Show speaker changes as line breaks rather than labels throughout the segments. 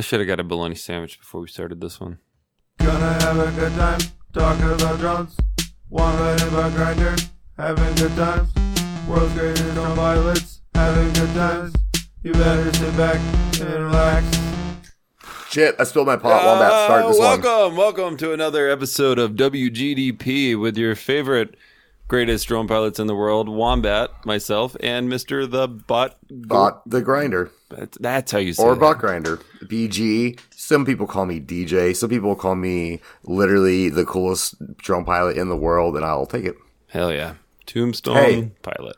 I should have got a bologna sandwich before we started this one.
Gonna have a good time, talk about drums. One ride about grinder, having good times. World's greatest on violets, having good times. You better sit back and relax.
Shit, I spilled my pot while Matt started this one.
Oh, Uh, welcome, welcome to another episode of WGDP with your favorite greatest drone pilots in the world, Wombat, myself, and Mr. The Butt.
Bot the grinder
That's, that's how you say
or
it.
bot grinder. BG. Some people call me DJ. Some people call me literally the coolest drone pilot in the world, and I'll take it.
Hell yeah. Tombstone
Hey.
Pilot.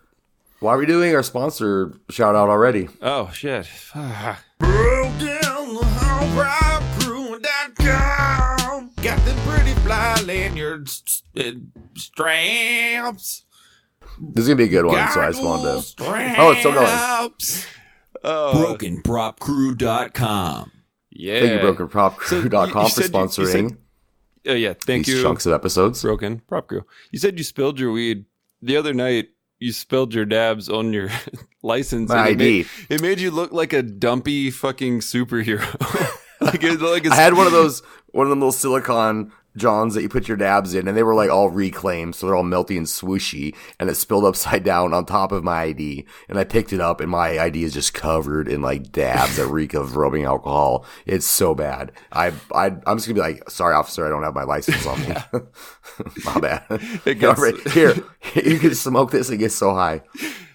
Why are we doing our sponsor shout out already?
Oh, shit. Ah.
Broke down the com. Got the pretty fly lanyards and straps.
This is gonna be a good one, so I just wanted to. Oh, it's still going.
Oh,
BrokenPropCrew.com.
yeah.
Thank you,
So you- you
brokerprop.com for
said you- you
sponsoring
said Oh, yeah. Thank
these
you.
chunks of episodes.
broken prop crew. You said you spilled your weed the other night. You spilled your dabs on your license. and
My
It
ID.
made, it made you look like a dumpy fucking superhero. like it, like it's,
I had one of those one of them little silicon johns that you put your dabs in, and they were like all reclaimed, so they're all melty and swooshy, and it spilled upside down on top of my ID. And I picked it up, and my ID is just covered in like dabs that reek of rubbing alcohol. It's so bad. I, I I'm just gonna be like, sorry, officer, I don't have my license on me. my bad.
gets-
Here, you can smoke this. It gets so high.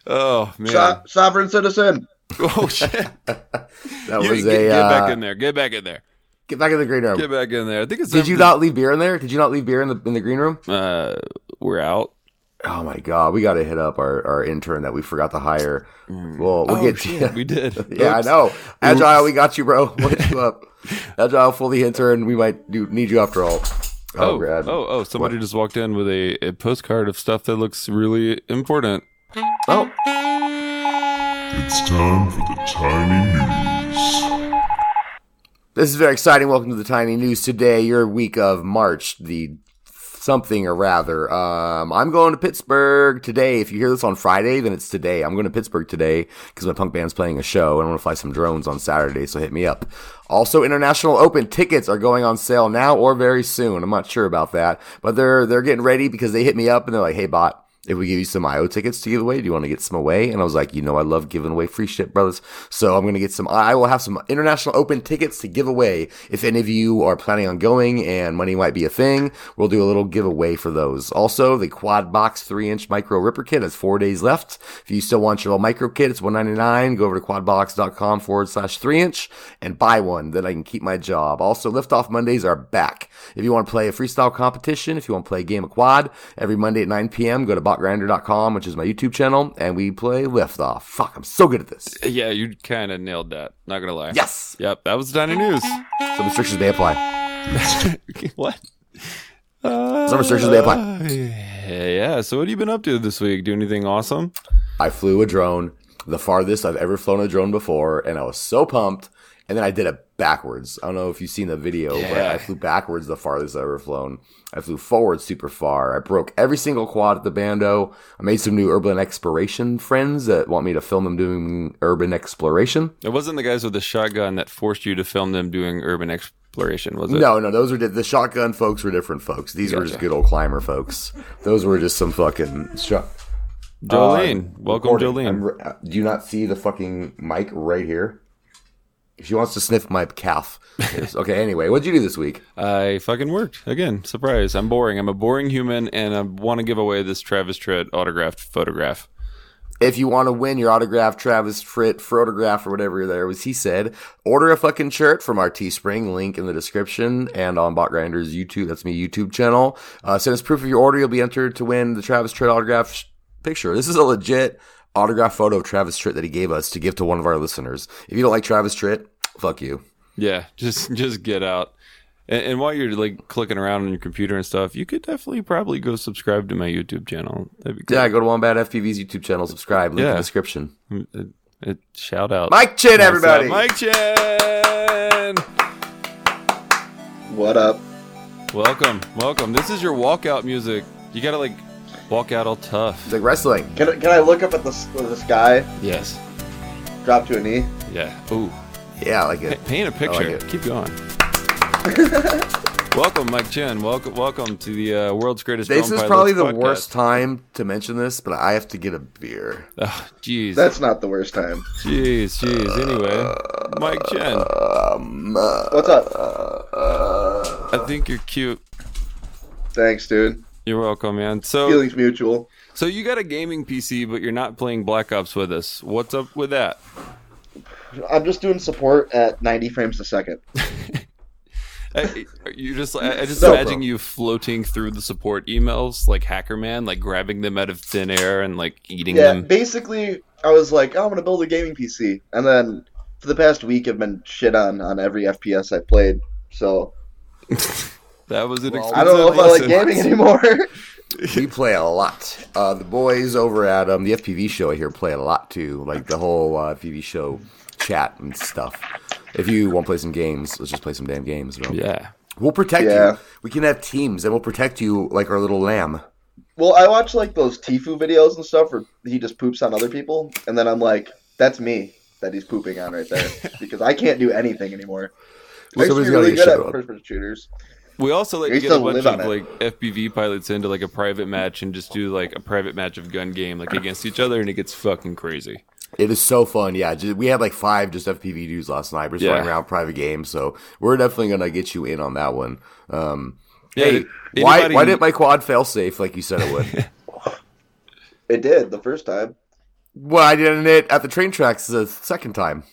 oh man.
So- sovereign citizen.
Oh shit. You-
That
get,
was a
get
uh,
back in there. Get back in there.
get back in the green room.
Get back in there. I think it's
Did you
time
not leave beer in there? Did you not leave beer in the in the green room?
to- Uh, we're out.
Oh my god, we got to hit up our, our intern that we forgot to hire. Well, we'll
Oh,
get
shit, we did.
yeah, I
Oops.
know. Agile, we got you, bro. We'll hit you up. Agile, fully intern. We might do, need you after all.
Oh,
Oh, Brad.
oh, oh! Somebody
What?
just walked in with a, a postcard of stuff that looks really important.
oh,
It's time for the tiny news.
this is very exciting. Welcome to the Tiny News today. Your week of March, the something or rather. Um, I'm going to Pittsburgh today. If you hear this on Friday, then it's today. I'm going to Pittsburgh today because my punk band's playing a show and I want to fly some drones on Saturday, so hit me up. Also, International Open tickets are going on sale now or very soon. I'm not sure about that, but they're they're getting ready because they hit me up and they're like, "Hey, bot." If we give you some IO tickets to give away, do you want to get some away? And I was like, you know, I love giving away free shit, brothers. So I'm going to get some, I will have some international open tickets to give away. If any of you are planning on going and money might be a thing, we'll do a little giveaway for those. Also, the quad box three inch micro ripper kit has four days left. If you still want your little micro kit, it's 199 Go over to quadbox.com forward slash three inch and buy one. Then I can keep my job. Also, liftoff Mondays are back. If you want to play a freestyle competition, if you want to play a game of quad, every Monday at 9 p.m., go to botgrinder.com, which is my YouTube channel, and we play liftoff. Fuck, I'm so good at this.
Yeah, you kind of nailed that. Not gonna lie.
Yes.
Yep, that was Donny News.
Some restrictions may apply.
what?
Some restrictions may apply.
Uh, yeah. So, what have you been up to this week? Do anything awesome?
I flew a drone, the farthest I've ever flown a drone before, and I was so pumped. And then I did it backwards. I don't know if you've seen the video, but
Yeah.
I flew backwards the farthest I've ever flown. I flew forward super far. I broke every single quad at the bando. I made some new urban exploration friends that want me to film them doing urban exploration.
It wasn't the guys with the shotgun that forced you to film them doing urban exploration, was it?
No, uh, no, those were di- the shotgun folks were different folks. These were just good old climber folks. Those were just some fucking shot.
Jolene, welcome,
recording. I'm
Jolene.
re- uh, do you not see the fucking mic right here? She wants to sniff my calf. It's- okay, anyway, what'd you do this week?
I fucking worked again. Surprise! I'm boring. I'm a boring human, and I want to give away this Travis Tritt autographed photograph.
If you want to win your autograph, Travis Fritt, photograph, or whatever there was, he said, order a fucking shirt from our Teespring link in the description and on Bot Grinders YouTube. That's me YouTube channel. Uh, send us proof of your order. You'll be entered to win the Travis Tritt autograph sh- picture. This is a legit autograph photo of Travis Tritt that he gave us to give to one of our listeners. If you don't like Travis Tritt, fuck you.
Yeah, just just get out. And, and while you're like clicking around on your computer and stuff, you could definitely probably go subscribe to my YouTube channel. That'd be cool.
Yeah, go to Wombat FPV's YouTube channel, subscribe, link in
Yeah.
the description.
It, Mm, it, shout out,
Mike Chin, everybody.
Mike Chen.
What up?
Welcome, welcome. This is your walkout music. You gotta like walk out all tough.
It's like wrestling.
Can, I- can I look up at the, s- the sky,
Yes.
drop to a knee?
Yeah. Ooh.
Yeah, I like it.
Paint a picture.
it.
Keep going. welcome, Mike Chen. Welcome, welcome to the uh, world's greatest.
This
Drone
is
Pilots
probably the
podcast.
worst time to mention this, but I have to get a beer.
Oh, Jeez,
That's not the worst time.
jeez, jeez. Anyway, Mike Chen,
What's up?
I think you're cute.
Thanks, dude.
You're welcome, man. So,
Feelings mutual.
so you got a gaming PC, but you're not playing Black Ops with us. What's up with that?
I'm just doing support at 90 frames a second.
I, you just, I, I just
No
imagine
problem.
you floating through the support emails like Hackerman, like grabbing them out of thin air and like eating
Yeah,
them.
basically, I was like, oh, I'm gonna build a gaming PC, and then for the past week, I've been shit on on every FPS I played. So
That was an
Well,
expensive
I don't know if I like
lesson.
gaming anymore.
we play a lot. Uh, the boys over at um, the FPV show I hear play a lot too, like the whole uh, FPV show chat and stuff. If you want to play some games, let's just play some damn games. Bro.
Yeah.
We'll protect
Yeah.
you. We can have teams, and we'll protect you like our little lamb.
well, I watch like those Tifu videos and stuff where he just poops on other people, and then I'm like, that's me that he's pooping on right there because I can't do anything anymore. I used to
somebody's
be
gotta
really
get
good
shut
at
up.
first-person shooters.
We also like
We
to get
still
a bunch
live
of
on it.
like FPV pilots into like a private match and just do like a private match of gun game like against each other and it gets fucking crazy.
It is so fun. Yeah, ju- we had like five just FPV dudes last night. We're just
Yeah.
running around private games, so we're definitely gonna get you in on that one. Um,
Yeah,
hey,
did
why
anybody-
why didn't my quad fail safe like you said it would?
It did the first time.
Why didn't it at the train tracks the second time?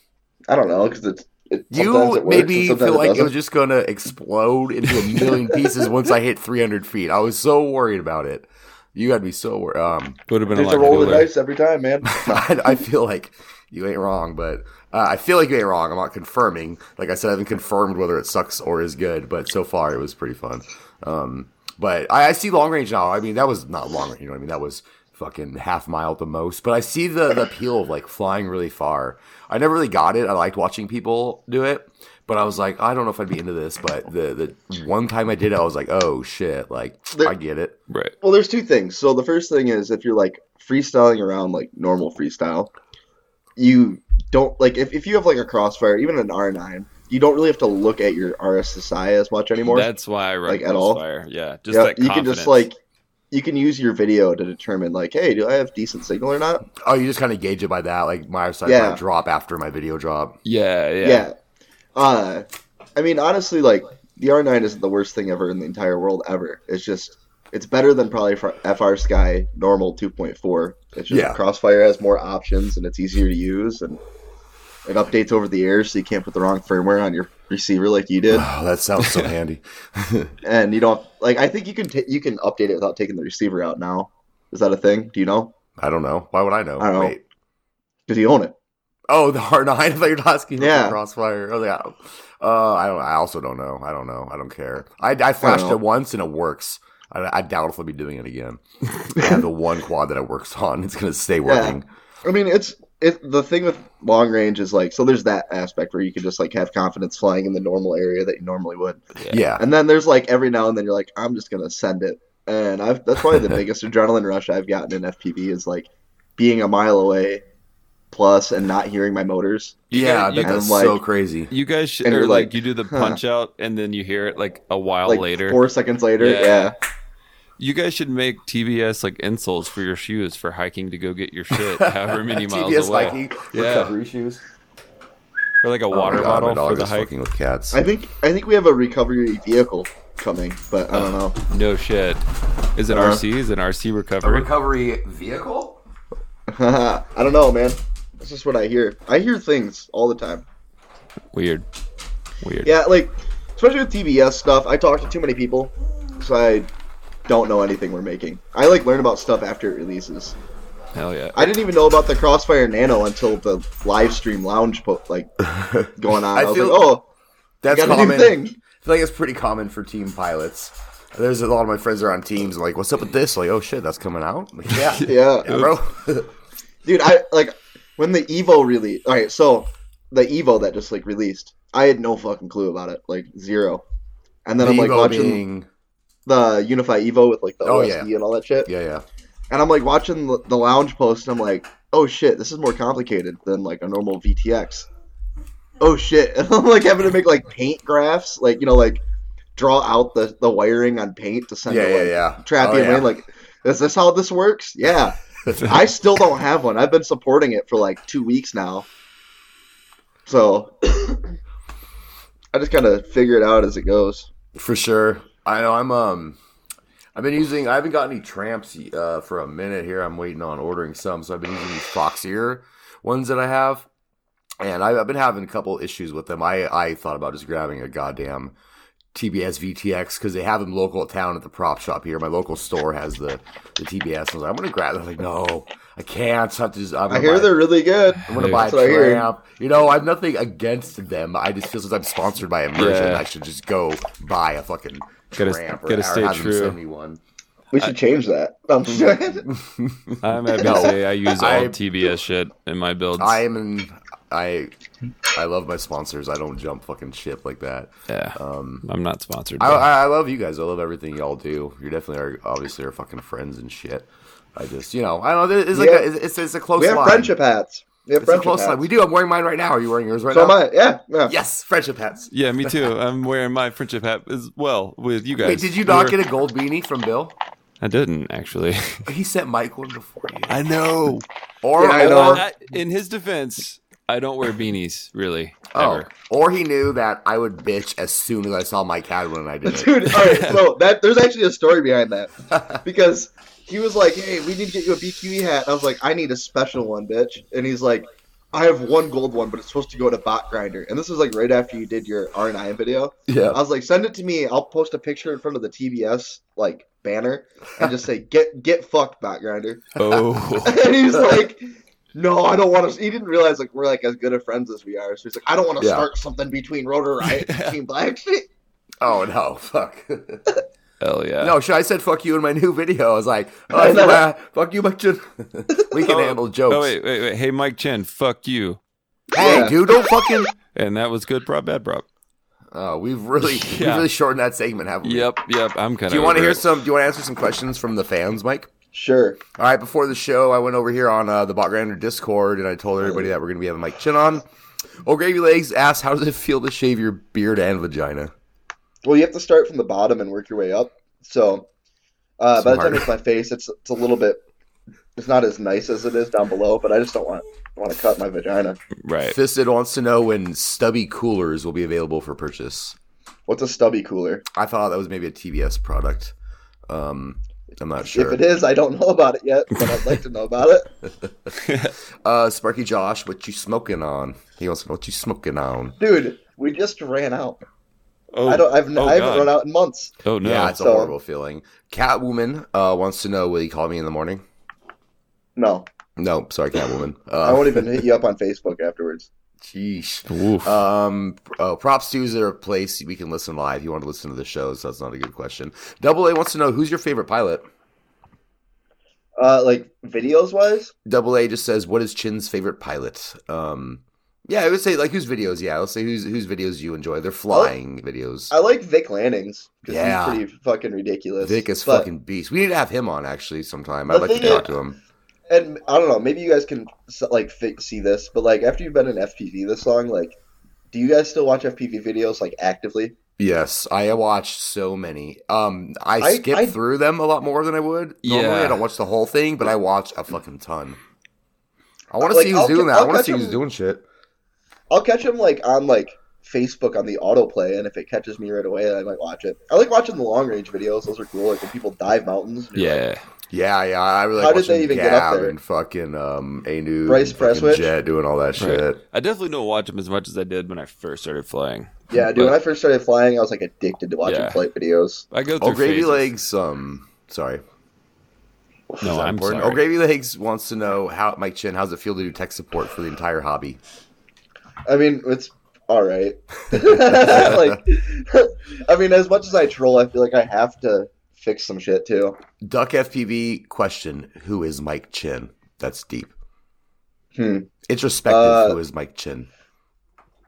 I don't know because it's. It, sometimes
You
it works,
made
and
me
sometimes
feel like it
doesn't.
was just going to explode into a million pieces once I hit 300 feet. I was so worried about it. You had me so worried. Um,
would have been
Just
a
a
lot
roll of the
cooler.
dice every time, man.
I, I feel like you ain't wrong, but uh, I feel like you ain't wrong. I'm not confirming. Like I said, I haven't confirmed whether it sucks or is good, but so far it was pretty fun. Um, but I, I see long range now. I mean, that was not long range. You know what I mean? That was fucking half mile at the most. But I see the, the appeal of like flying really far. I never really got it. I liked watching people do it. But I was like, I don't know if I'd be into this. But the, the one time I did it, I was like, oh shit, like I get it.
Right.
Well, there's two things. So the first thing is if you're like freestyling around like normal freestyle, you don't like if, if you have like a crossfire, even an R9, you don't really have to look at your RSSI as much anymore.
That's why I run
like, at all?
Crossfire. Yeah. Just
Yeah,
that
you can just
confidence.
like you can use your video to determine like, hey, do I have decent signal or not?
Oh, you just kind of gauge it by that. Like my side
Yeah.
might drop after my video drop.
yeah, yeah.
Yeah. Uh, I mean, honestly, like the R9 isn't the worst thing ever in the entire world ever. It's just it's better than probably for FR Sky normal 2.4. It's just
Yeah.
Crossfire has more options and it's easier to use and it updates over the air so you can't put the wrong firmware on your receiver like you did.
Oh, that sounds so handy.
And you don't like I think you can ta you can update it without taking the receiver out now. Is that a thing? Do you know?
I don't know. Why would I know?
I don't know.
Wait.
Because you own it.
Oh, the R nine. I thought you were asking about
Yeah.
the crossfire. Oh, yeah. Uh, I don't. I also don't know. I don't know. I don't care. I, I flashed
know.
it once and it works. I, I doubt if I'll be doing it again. I have the one quad that it works on. It's gonna stay working.
I mean, it's it. The thing with long range is like so. There's that aspect where you can just like have confidence flying in the normal area that you normally would,
Yeah.
and then there's like every now and then you're like, I'm just gonna send it, and I've that's probably the biggest adrenaline rush I've gotten in FPV is like being a mile away, plus and not hearing my motors.
You
Yeah, I
gotta-
bet
you,
I'm
that's
like-
so crazy.
you guys should,
and
or
you're
like,
like,
you do the
huh.
punch out and then you hear it like a while
Like
later.
four seconds later,
Yeah.
yeah.
You guys should make TBS like insoles for your shoes for hiking to go get your shit, however many miles
TBS
away,
hiking
Yeah.
recovery shoes.
or like a
Oh my
water
God, my
bottle
dog
for the
is
hike.
fucking with cats.
I think I think we have a recovery vehicle coming, but I don't know.
No shit. Is it
Uh-huh.
RC? Is it RC recovery?
recovery vehicle.
I don't know, man. That's just what I hear. I hear things all the time.
Weird. Weird.
Uh-huh. Yeah, like especially with TBS stuff, I talk to too many people, so I don't know anything we're making. I like learn about stuff after it releases.
Hell yeah.
I didn't even know about the Crossfire Nano until the live stream lounge po- like going on.
I
I, was
feel-
like, oh,
That's
Got a new
common.
thing.
I feel like it's pretty common for team pilots. There's a lot of my friends that are on teams. Like, what's up with this? Like, oh shit, that's coming out. Like, yeah,
yeah,
yeah, bro.
dude. I like when the Evo released. All right, so the Evo that just like released, I had no fucking clue about it, like zero. And then I'm like
Evo
watching
being-
the Unify Evo with like the
Oh,
OSD
yeah.
and all that shit.
yeah, yeah.
and I'm like watching the the lounge post, and I'm like, oh shit, this is more complicated than like a normal VTX. oh shit. And I'm like having to make like paint graphs, like you know, like draw out the, the wiring on paint to send
Yeah,
to
yeah,
like
yeah. Oh,
Trappy and
yeah.
Wayne, like, is this how this works? Yeah. I still don't have one. I've been supporting it for like two weeks now. So I just gotta figure it out as it goes.
For sure. I know I'm um I've been using I haven't got any tramps uh for a minute here. I'm waiting on ordering some, so I've been using these Foxier ones that I have. And I, I've been having a couple issues with them. I, I thought about just grabbing a goddamn TBS VTX because they have them local at town at the prop shop here. My local store has the, the TBS. I was like, I'm gonna grab. It. I'm like, no, I can't. I, have to just, I'm
I
gonna
hear
buy-
they're really good.
I'm gonna buy a
That's what I hear.
tramp. You know, I have nothing against them. I just feel since I'm sponsored by Immersion,
Yeah.
I should just go buy a fucking
Gotta-
tramp or,
gotta
or
stay
have
true.
them send me one.
We should change that. I'm just-
I'm happy to
No.
say I use all
I-
TBS shit in my builds.
I am in. I I love my sponsors. I don't jump fucking ship like that. Um,
yeah, I'm not sponsored.
I,
by-
I, I love you guys. I love everything y'all do. You're definitely our, obviously our fucking friends and shit. I just you know I don't know. It's like
Yeah.
a, it's, it's a close
we have
line.
friendship hats. We have
It's a
friendship
close
hats.
line. We do. I'm wearing mine right now. Are you wearing yours right
so am
now?
I. Yeah, yeah.
Yes, friendship hats.
yeah, me too. I'm wearing my friendship hat as well with you guys.
Wait, did you
We
not
were-
get a gold beanie from Bill?
I didn't actually.
He sent Mike one before you.
I know.
Or,
Yeah, I know.
or,
I, in his defense, I don't wear beanies really
Oh,
ever.
or he knew that I would bitch as soon as I saw Mike had one and I did it.
Dude, all right, so that there's actually a story behind that because he was like, "Hey, we need to get you a BQE hat." And I was like, "I need a special one, bitch." And he's like, "I have one gold one, but it's supposed to go to Bot Grinder." And this was like right after you did your R and I video. I
Yeah.
was like, "Send it to me. I'll post a picture in front of the TBS like banner and just say, "Get get fucked, Bot Grinder."
Oh,
And he's like. No, I don't want to. He didn't realize like we're like as good of friends as we are. So he's like, I don't want to
Yeah.
start something between Rotor Riot and Team Black.
Oh no, fuck.
hell yeah.
no, sure. I said fuck you in my new video. I was like, oh,
know.
yeah, fuck you, Mike. Chen. we can handle jokes.
Oh wait, wait, wait. Hey, Mike Chen, fuck you.
Hey,
Yeah.
dude, don't fucking.
And that was good prop, bad prop.
Oh, we've really, we've
Yeah.
really shortened that segment, haven't we?
Yep, yep. I'm kind of.
Do you want to hear some? Do you want to answer some questions from the fans, Mike?
Sure.
All right, before the show, I went over here on uh, the Bot Grander Discord and I told everybody that we're going to be having Mike Chin on. Old Gravy Legs asked, How does it feel to shave your beard and vagina?
Well, you have to start from the bottom and work your way up. So uh, by the time
Smart.
it's my face, it's it's a little bit. It's not as nice as it is down below, but I just don't want want to cut my vagina.
Right.
Fisted wants to know when stubby coolers will be available for purchase.
What's a stubby cooler?
I thought that was maybe a TBS product. Um, I'm not sure.
If it is, I don't know about it yet, but I'd like to know about it.
Uh, Sparky Josh, what you smoking on? He wants to know what you smoking on.
Dude, we just ran out.
Oh,
I don't. I've n
oh,
I
God.
haven't run out in months.
Oh no.
yeah, it's a
so-
horrible feeling. Catwoman uh, wants to know, will you call me in the morning?
No,
No, sorry, Catwoman.
I
Uh,
won't even hit you up on Facebook afterwards.
sheesh.
Oof.
Um, oh, props to is there a place we can listen live? You want to listen to the show, so that's not a good question. Double A wants to know who's your favorite pilot.
Uh, like videos wise,
Double A just says, "What is Chin's favorite pilot?" Um, yeah, I would say like whose videos. Yeah, let's say whose whose videos you enjoy. They're flying
Oh.
videos.
I like Vic Landings. 'cause
Yeah.
he's pretty fucking ridiculous.
Vic is
But-
fucking beast. We need to have him on actually sometime.
The
I'd like to
thing
talk
is-
to him.
and I don't know, maybe you guys can s- like fi- see this, but like after you've been in FPV this long, like, do you guys still watch FPV videos like actively?
Yes, I watch so many. Um, I,
I-
skip
I-
through them a lot more than I would normally.
Yeah.
I don't watch the whole thing, but I watch a fucking ton. I want to
Like,
see who's
I'll
doing
ca-
that. I
I'll
want to
catch
see who's
him-
doing shit.
I'll catch them like on like Facebook on the autoplay, and if it catches me right away, I might watch it. I like watching the long range videos; those are cool. Like when people dive mountains. you're like,
yeah.
Yeah, yeah, I really.
How
Like
did
watching
they even get up
Gab
there?
And fucking um, Anu,
Bryce
and fucking
Presswich?
Jet doing all that shit.
Right. I definitely don't watch them as much as I did when I first started flying.
yeah, dude. When
But-
I first started flying, I was like addicted to watching
Yeah.
flight videos.
I go through.
Oh, gravy
phases.
legs. Um, sorry.
No, I'm sorry.
Oh, gravy legs wants to know how Mike Chin. How's it feel to do tech support for the entire hobby?
I mean, it's all right. like, I mean, as much as I troll, I feel like I have to fix some shit too.
Duck FPV question: Who is Mike Chin? That's deep.
Hmm.
Introspective.
Uh,
who is Mike Chin?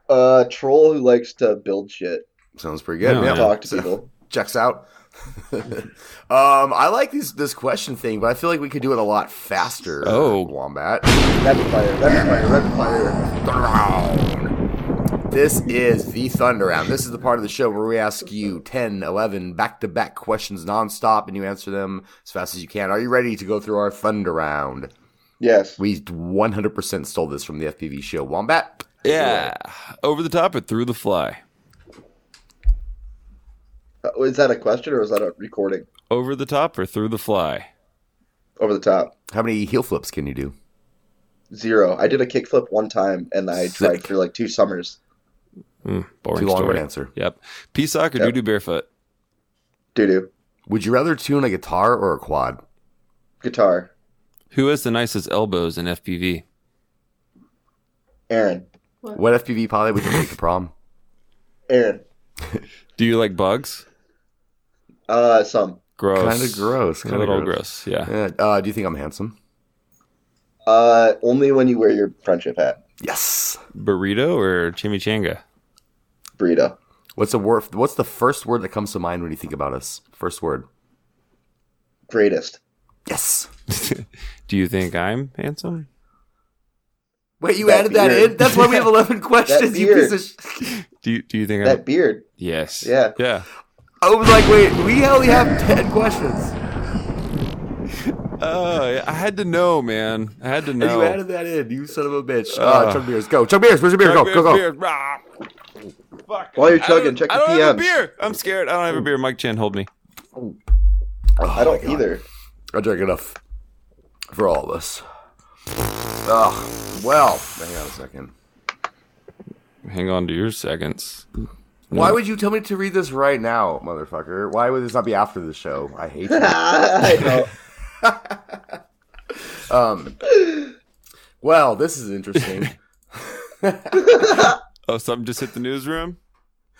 Uh, troll who likes to build shit.
Sounds pretty good.
No, no.
yeah.
talk to people.
checks out. um, I like these, this question thing, but I feel like we could do it a lot faster.
Oh.
wombat.
Rapid fire, rapid fire, rapid fire.
This is the Thunder Round. This is the part of the show where we ask you 10, 11 back to back questions nonstop and you answer them as fast as you can. Are you ready to go through our Thunder Round?
Yes.
We 100% stole this from the FPV show. Wombat?
Yeah. Over the top or through the fly?
Uh, Is that a question or is that a recording
Over the top or through the fly?
over the top?
How many heel flips can you do?
Zero. I did a kickflip one time and I tried
Sick.
for like two summers.
Hmm, Boring
Too long of
story.
an answer.
Yep. Pea sock or
Yep.
doo doo barefoot?
Doo doo.
Would you rather tune a guitar or a quad?
Guitar.
Who has the nicest elbows in FPV?
Aaron.
What FPV pilot would you take to prom?
Aaron.
Do you like bugs?
Uh, some.
Gross.
Kind of gross.
A
Kind of
little
gross.
gross. Yeah.
Yeah, uh, do you think I'm handsome?
Uh, only when you wear your friendship hat.
Yes.
Burrito or chimichanga?
Burrito.
What's the word? What's the first word that comes to mind when you think about us? First word.
Greatest.
Yes.
Do you think I'm handsome?
Wait, you
That
added that
beard.
in? That's why we have eleven questions. You
beard.
piece of. Sh-
Do you, do you think I'm
That beard.
Yes.
Yeah.
Yeah.
I was like, wait, we only have ten questions,
Uh, I had to know, man. I had to
and
know.
you added that in. You son of a bitch. Uh,
Uh.
Chuck Beers, go. Chuck Beers, where's your beer?
Chug
Go, go, go.
beers, beers. Ah, fuck.
While you're
I don't-
chugging, check
I
the
don't have a
PMs.
beer. I'm scared. I don't have a beer. Mike Chen, hold me.
I
Oh
don't either.
I drank enough for all of us. Ugh. Well, hang on a second.
Hang on to your seconds.
Why would you tell me to read this right now, motherfucker? Why would this not be after the show? I hate you.
I know.
Well, this is interesting.
Oh, something just hit the newsroom?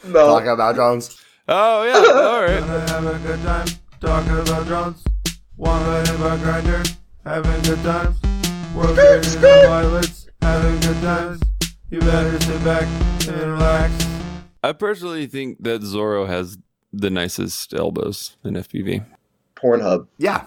No.
Talk about drones.
Oh, yeah. All right.
Gonna have a good time, talk about drones. One right of a grinder, having good times. World greatest on pilots, having good times. You better sit back and relax.
I personally think that Zorro has the nicest elbows in FPV.
Pornhub.
Yeah,